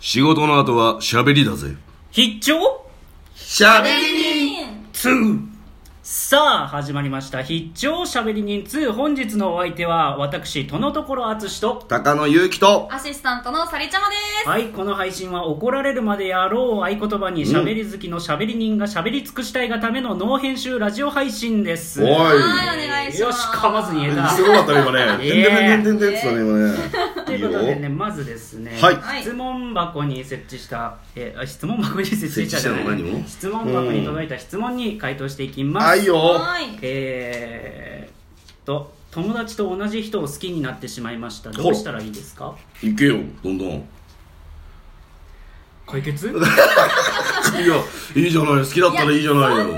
仕事の後は喋りだぜ。必聴喋さあ始まりました「必聴しゃべり人2」本日のお相手は私とのところあつしと高野祐希と、アシスタントのさりちゃまではいこの配信は怒られるまでやろうを合言葉にしゃべり好きのしゃべり人がしゃべり尽くしたいがためのノー編集ラジオ配信ですおいよす。はい、お願いします。し噛まずに言えたすごかったね、今 ね。いてんえてんてんてんてんって言ったね、今ね。ということでねまずですね、はいはい質問箱に設置したえあ質問箱に設置したじゃ設置したのな何いを質問箱に届いた質問に回答していきます、はいよ。はい。えーっと友達と同じ人を好きになってしまいましたらどうしたらいいですか行けよ、どんどん。 い 解決や、いいじゃない、好きだったらいいじゃないよ。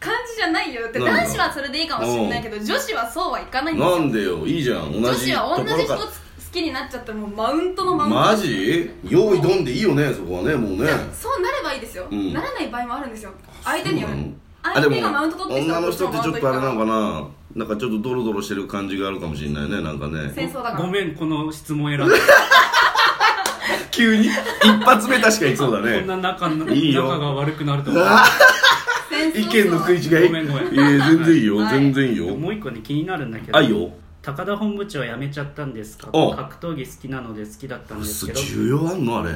感じじゃないよってなんだ男子はそれでいいかもしれないけど女子はそうはいかないんですよなんでよ、いいじゃん、同女じ子とはこ同じろ人か好きになっちゃったらもうマウントのマウントマジ用意どんでいいよね、そこはね、もうね。そうなればいいですよ、うんならない場合もあるんですよ相手によるそうなの相手がマウント取ってきた女らの人ってちょっとあれなのかかななんかちょっとドロドロしてる感じがあるかもしれないねなんかね戦争だからごめんこの質問選んで急に一発目確かにそうだこんな仲のいいよ仲が悪くなると思う戦争意見の食い違いごめんごめんいや全然いいよ、はい全然いいよもう一個ね気になるんだけどあいよ高田本部長辞めちゃったんですかおう格闘技好きなので好きだったんですけど需要あんのあれ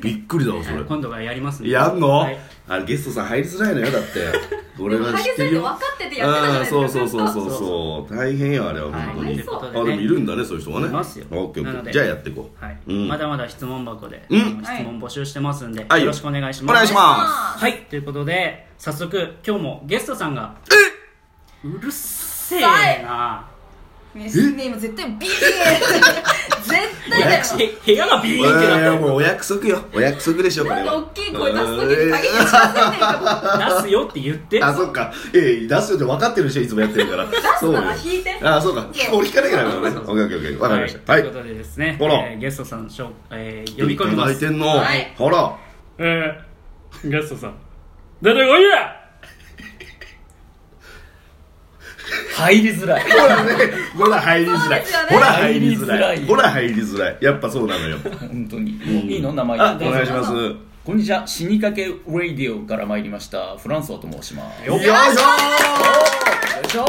びっくりだわそれ今度はやりますねやんの、はいあれゲストさん入りづらいのよだって俺がハ知ゲっさてんるって分よかっててやってたじゃあなあいですそかうそうそうそうずっそう大変よあれははい、本当とに、いうことで、あね、でもいるんだねそういう人がねいますよオッケーオなッケのーでじゃあやっていこうはいうんまだまだ質問箱で、うんあの質問募集してますんで、はいよろしくお願いしおます願いしまはいということで早速今日もゲストさんがうるせえなねね今絶対 ビー絶対だよえ部屋がビーンっていやなっもうお約束よお約束でしょこれは大きい声出すときにハゲにしませんねんかて出すよって言ってあ、そっか。ええ、出すよって分かってるでしょ、いつもやってるから。そうよなら引いてあ、そうか。俺聞かなきゃダメだね。オッケーオッケーオッケー。分かりました。ははいい、ということでですね、ほらえーゲストさん紹、えー、呼び込みまいたすだいてんの。はいほら。 えー、ゲストさん出てこいや入りづらいほらね。ほら入りづらいそうですよ。ねほら入りづら入りづらい。いほら入りづらい。やっぱそうなのよ。本当に、うんいいの名前あ、おどうぞ願いします。よこんにちは死にかけラディオから参りましたフランソワと申しますよいしょいしょ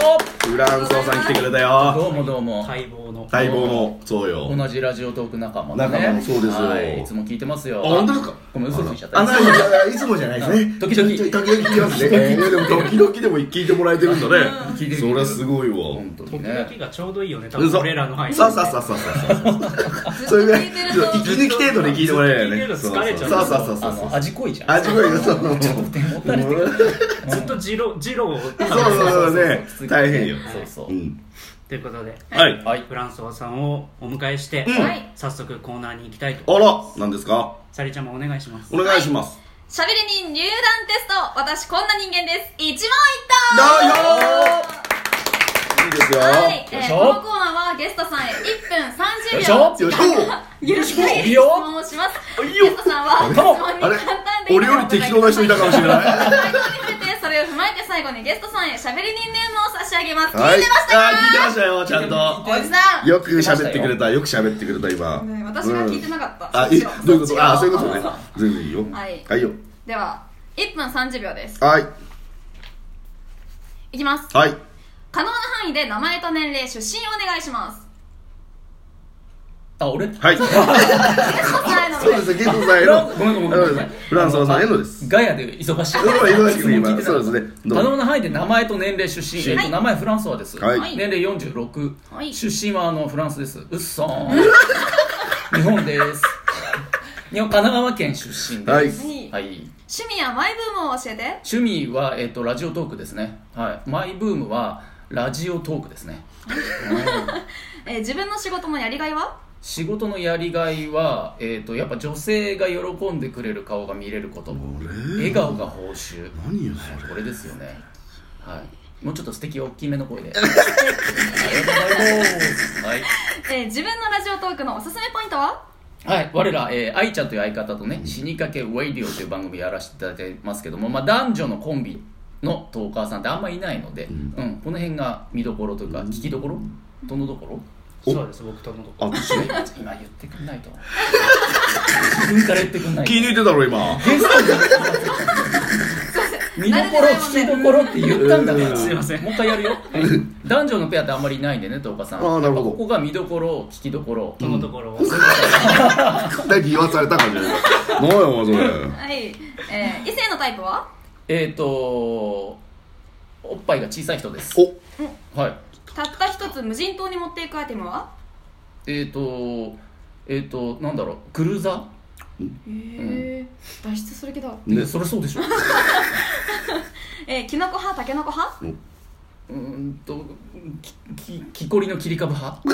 フランソーさん来てくれたよ。どうもどうも、待望の待望の、そうよ。同じラジオトーク仲間のね仲間のそうですよはいいつも聞いてますよあ本当ですかごめん嘘ついちゃっあ、たないいやいつもじゃないですね。時々時々聞きますね。えーでも時々でも聞いてもらえてるんだね。聞いてるそれはすごいわ。本当に時ね々がちょうどいいよね多うん分そう俺らの配信そうそうそうそうそうそうそれぐらいちょっと息抜き程度で聞いてもらえるよねずっと聞いてると疲れちゃうそうそうそうそあうそうの味濃いじゃん味濃いよそうそうちょっと手持たれてるずっとジロジロを食べてそうそうそうねきつい大変よそうそううんということではいはいフランソワさんをお迎えして、はい早速コーナーに行きたいあとら何ですかさりちゃんもお願いしますお願いしますしゃべり人入団テスト私こんな人間です一問だ一答よーいいですよはい、えよいー、しこょのコーナーはゲストさんへ1分よい30しよ秒ょいしゆるくいい質よ問をしますゲストさんは質問にょあれ簡単でいい俺より適当な人いたかもしれいない回答に触れてそれを踏まえて最後にゲストさんへしゃべり人ネームを差し上げます、はい聞いてましたあか聞いてましたよちゃんとおじさんよく喋ってくれたよく喋ってくれた今ね私が聞いてなかったうんあえそっちをどういうことあそういうことそっねちを全然いいよはいはいよでは1分30秒ですはいいきますはい可能な範囲で名前と年齢出身をお願いしますあ俺はいゲストさんへのそうですね、ゲストさんへの。ごめんごめんごめんフランソワさんへのです。ガヤで忙しいうん忙しいね今質問聞いてなかったそうですねどうぞ可能な範囲で名前と年齢出身、えっはいと、名前フランソワです、はいはい年齢46、はい出身はあのフランスですうっそ ーん日本です日本神奈川県出身はいです、はいはい趣味やマイブームを教えて趣味は、えっと、ラジオトークですね、はい、マイブームはラジオトークですねえー自分の仕事のやりがいは仕事のやりがいは、えっと、やっぱ女性が喜んでくれる顔が見れること笑顔が報酬何よ、これですよね。はい。もうちょっと素敵大きめの声 で。ありがとうございます。はい。えー自分のラジオトークのおすすめポイントははい、我ら、えー、愛ちゃんという相方とね、死にかけウェイディオという番組やらせていただいてますけども、まあ、男女のコンビのトーカーさんってあんまいないので、うんこの辺が見どころというか、聞きどころどのどころおそうです僕とのことあ私ね今言ってくんないと自分から言ってくんないと気抜いてたろ今ゲストに見どころ聞きどころって言ったんだかうらんすいませんもう一回やるよ、男女のペアってあんまりいないんでね東岡さんあーなるほどここが見どころ聞きどころとのところを、何言わされた感じだよ何やお前それはい、えー、異性のタイプはえっ、ー、とおっぱいが小さい人ですおはいたった一つ無人島に持っていくアイテムはえっ、ー、とえっ、ー、となんだろうクルーザーへえ脱出する気だねえそれそう でしょえー、キノコ派タケノコ派うーんときき木こりの切り株 派し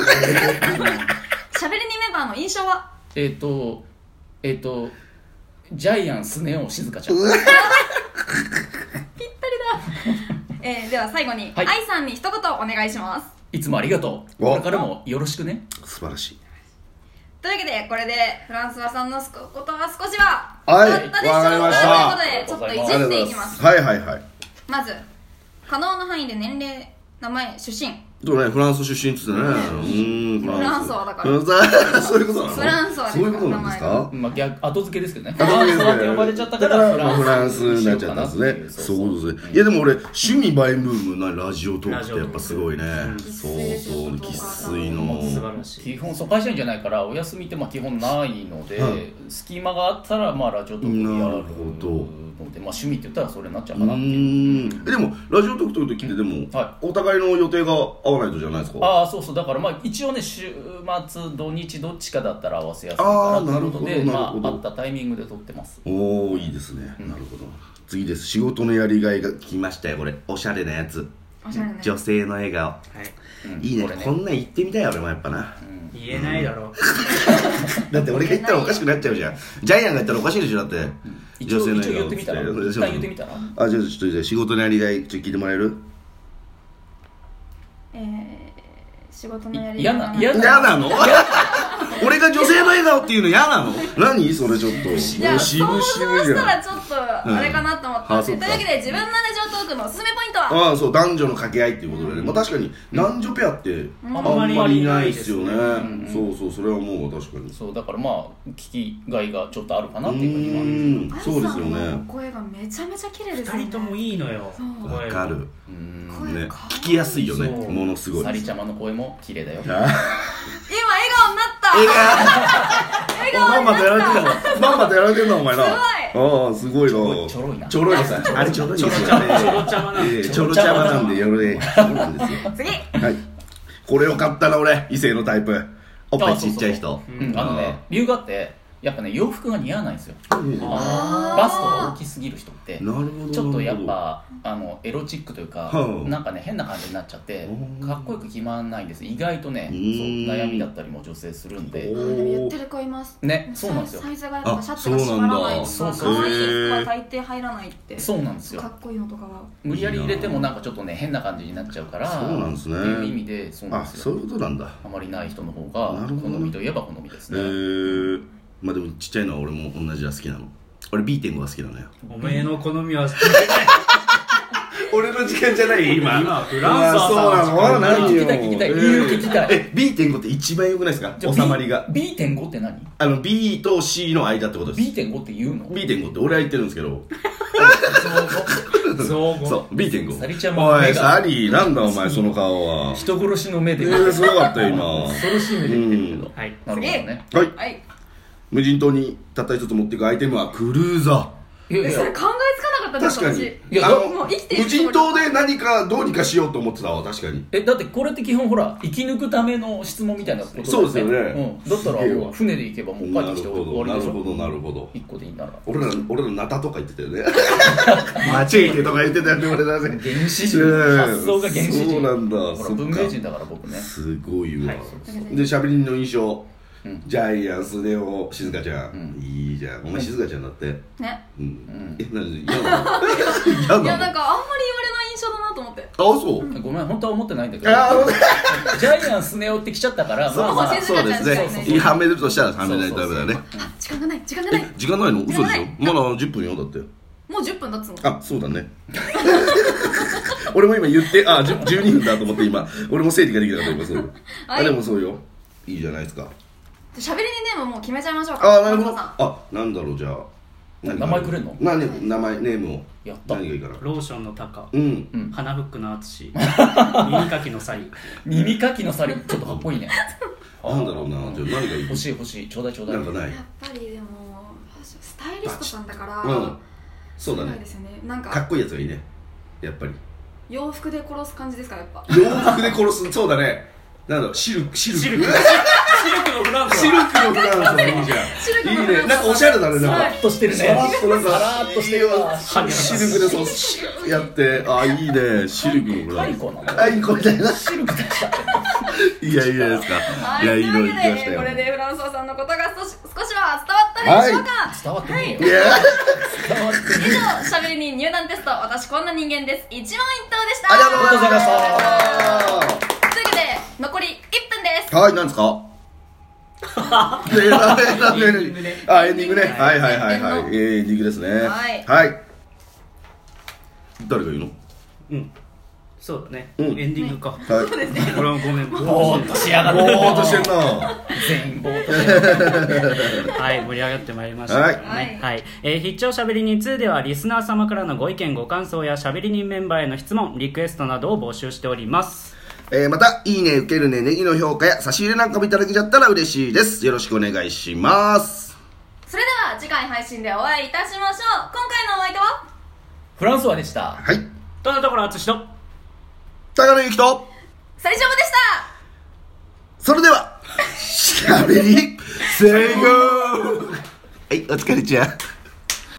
ゃべりにメンバーの印象はえっとえっ、とジャイアンスネ夫静香ちゃんえー、では最後に、はい愛さんに一言お願いしますいつもありがとうわこれからもよろしくね素晴らしいというわけでこれでフランスワさんのすこことは少しははいだったでしょうわかりましたということでちょあっりとがいとじっていきますはいはいはいまず可能な範囲で年齢名前出身でもねフランス出身っつってねうーんフランスはだからフランスそういうことなのフランスはですそういうことなんですかまあ、逆後付けですけどね。あそうですね後付け呼ばれちゃったから、まあフランスになっちゃったんですねそういうことですねいやでも俺趣味バイブームなラジオトークってやっぱすごいねラジそうオそトうーク生粋の素晴らしい基本疎開社員じゃないからお休みってまあ基本ないので、はい隙間があったらまあラジオとかやるなるほどので、まあ、趣味って言ったらそれになっちゃううかなってーいんう。えでもラジオトークという時ってでも、はお互いの予定が合わないとじゃないですかああそうそうだからまあ一応ね週末土日どっちかだったら合わせやすいあかーなということなるほどでまなあるあほっどたタイミングで撮ってますおおいいですね、なるほど次です仕事のやりがいが来ましたよこれおしゃれなやつおしゃれね女性の笑顔はいうんいいねこれねこんなん言ってみたい俺もやっぱなうん言えないだろう、だって俺が言ったらおかしくなっちゃうじゃんジャイアンが言ったらおかしいでしょだって一応女性の一応笑顔言ってみたらつって一旦言ってみたらあじゃあちょっとじゃあ仕事のやりがいちょっと聞いてもらえるえー、仕事のやり嫌方な嫌嫌な の俺が女性の笑顔っていうの嫌なの何それちょっといやもう想像したらちょっとうんあれかなと思った、あとそいうっかわけで自分のラジオトークのおすすめポイントはああそう男女の掛け合いっていうことでね、まあ、確かに男女ペアってあんまりいないですよね、そうそうそれはもう確かにそうだからまあ聞きがいがちょっとあるかなうっていうふうにーんは愛そうですさよんのね声がめちゃめちゃ綺麗ですよ二ね人ともいいのよそうわかるうん声ねか聞きやすいよねそうものすごいサリちゃまの声も綺麗だよあ今笑顔になったーいや笑ー顔まにんまとやられてんなったのまんまとやられてんのお前なああすごいなちょろいなちょろいですねあれちょろいですよねちょろちゃまなんでええちょろちゃまなんでやるねそうなんですよ次はいこれを買ったな俺異性のタイプおっぱいちっちゃいあ人うんあのね理由があってやっぱね洋服が似合わないんですようんなるあーバストが大きすぎる人ってほどちょっとやっぱあのエロチックというか、うんなんかね変な感じになっちゃってうんかっこよく決まらないんです意外とねそううん悩みだったりも女性するんおであでも言ってる子いますねそうなんですよサイズがやっぱシャツが締まらないとあそうなんかだそうそう可愛い服は大抵入らないってそうなんですよかっこいいのとかは無理やり入れてもなんかちょっとね変な感じになっちゃうからそうなんですねっていう意味でそうなんあですそうよいうことなんだあまりない人の方がなるほど好ねみといえば好みですえね、ー、まあでもちっちゃいのは俺も同じだ好きなの俺 B.5 が好きなのよおめえの好みは 俺の時間じゃない今今フランスはさそうなの何よ聞きたい聞きたい理由聞きたいえ B.5 って一番良くないですかじゃあ収まりが B- B.5 って何あの B と C の間ってことです B.5 って言うの B.5 って俺は言ってるんですけ ど造語そう B.5 サリちゃんもお目いがサリーなんだお前その顔 は 人殺しの目えでー、 すごかったよ 今恐ろしい目で見てるけど、うんはいなるほどねはいはい無人島にたった一つ持っていくアイテムはクルーザいやえいそれや考えつかなかったーで確すかにいやあのもう生きてる無人島で何かどうにかしようと思ってたわ確かにえだってこれって基本ほら生き抜くための質問みたいなことだよそうですよねうん、だったすげえらわ船で行けばもう帰ってきて終わりなでるしほょどなるほど1個でいいなら俺ら俺らナタとか言ってたよねマチェイテとか言ってたよね俺らね原始人うん発想が原始人そうなんだほらそっか文明人だから僕ねすごいわ、はいでしゃべり人の印象、うんジャイアンスネオ静香ちゃん、うんいいじゃんお前静香ちゃんだってねうん、んえなに嫌なの嫌ないのやなんあかあんまり言われない印象だなと思ってそう、ごめん本当は思ってないんだけどあージャイアンスネ夫って来ちゃったからまあまそうあそうそうですねそうそういいはめるとしたらはめないとダメだねそうそうそう時間がない時間がないえ時間ないの嘘でし時ょまだ10分よだってんもう10分経つのあそうだね 俺も今言ってあじゅ12分だと思って今俺も整理ができたと思います、はいあでもそうよいいじゃないですかしゃべりにネームもう決めちゃいましょうかあなるほ松ど田さんあなんだろうじゃあ何名前くれんのなね、名前ネームをやった何がいいかなローションのタカうんうん花フックの 淳耳かきのサリ耳かきのサリちょっとかっこいいね なんだろうなじゃあ何がいい欲しい欲しいちょうだいちょうだいなんかないやっぱりでもファッションスタイリストさんだから、うんそうだないねですよねなんかかっこいいやつがいいねやっぱり洋服で殺す感じですかやっぱ洋服で殺 すそうだねなんだろうシルクシルクシルクシルクのフランスシルクのフランスいいじシルクゃのんいいフランねスなんかおしゃれだねなんさからっとしてるさねらっとなんかさらっとしてるいいわわシルクシルクでそうシルクやってあいいねシルクのフランスカイコなのカイコみたい なシルク出したいやいいじゃないですかはいい、やといいいうのわ行きまけで、したこよれでフランソワさんのことが少し少しは伝わったでしょうか、伝わってねえいよやー伝わってねえ以上、しゃべりに入団テスト、私こんな人間です。一問一答でしたありがとうございましというわけで、残り1分ですた。はい、なんですか。ねなんでなんでエンディングねあ、 エンディングね。はいはいはいはいエンディング。えのーエンディングですね。はいはい。誰が言うの。うんそうだね、うんエンディングか、はい。これはごめんぼぼーっとしやがってぼーっとしてん な。全員ぼーっとはい、盛り上がってまいりました、はいねはいえー必聴しゃべり人2ではリスナー様からのご意見ご感想やしゃべり人メンバーへの質問リクエストなどを募集しておりますえーまた、いいね、受けるね、ネギの評価や差し入れなんかもいただけちゃったら嬉しいです。よろしくお願いします。それでは、次回配信でお会いいたしましょう今回のお相手はフランスはでしたはい。どんなところ淳と高野ゆきと、最初もでしそたれで は、しゃべり、せーごーはい、お疲れちゃん。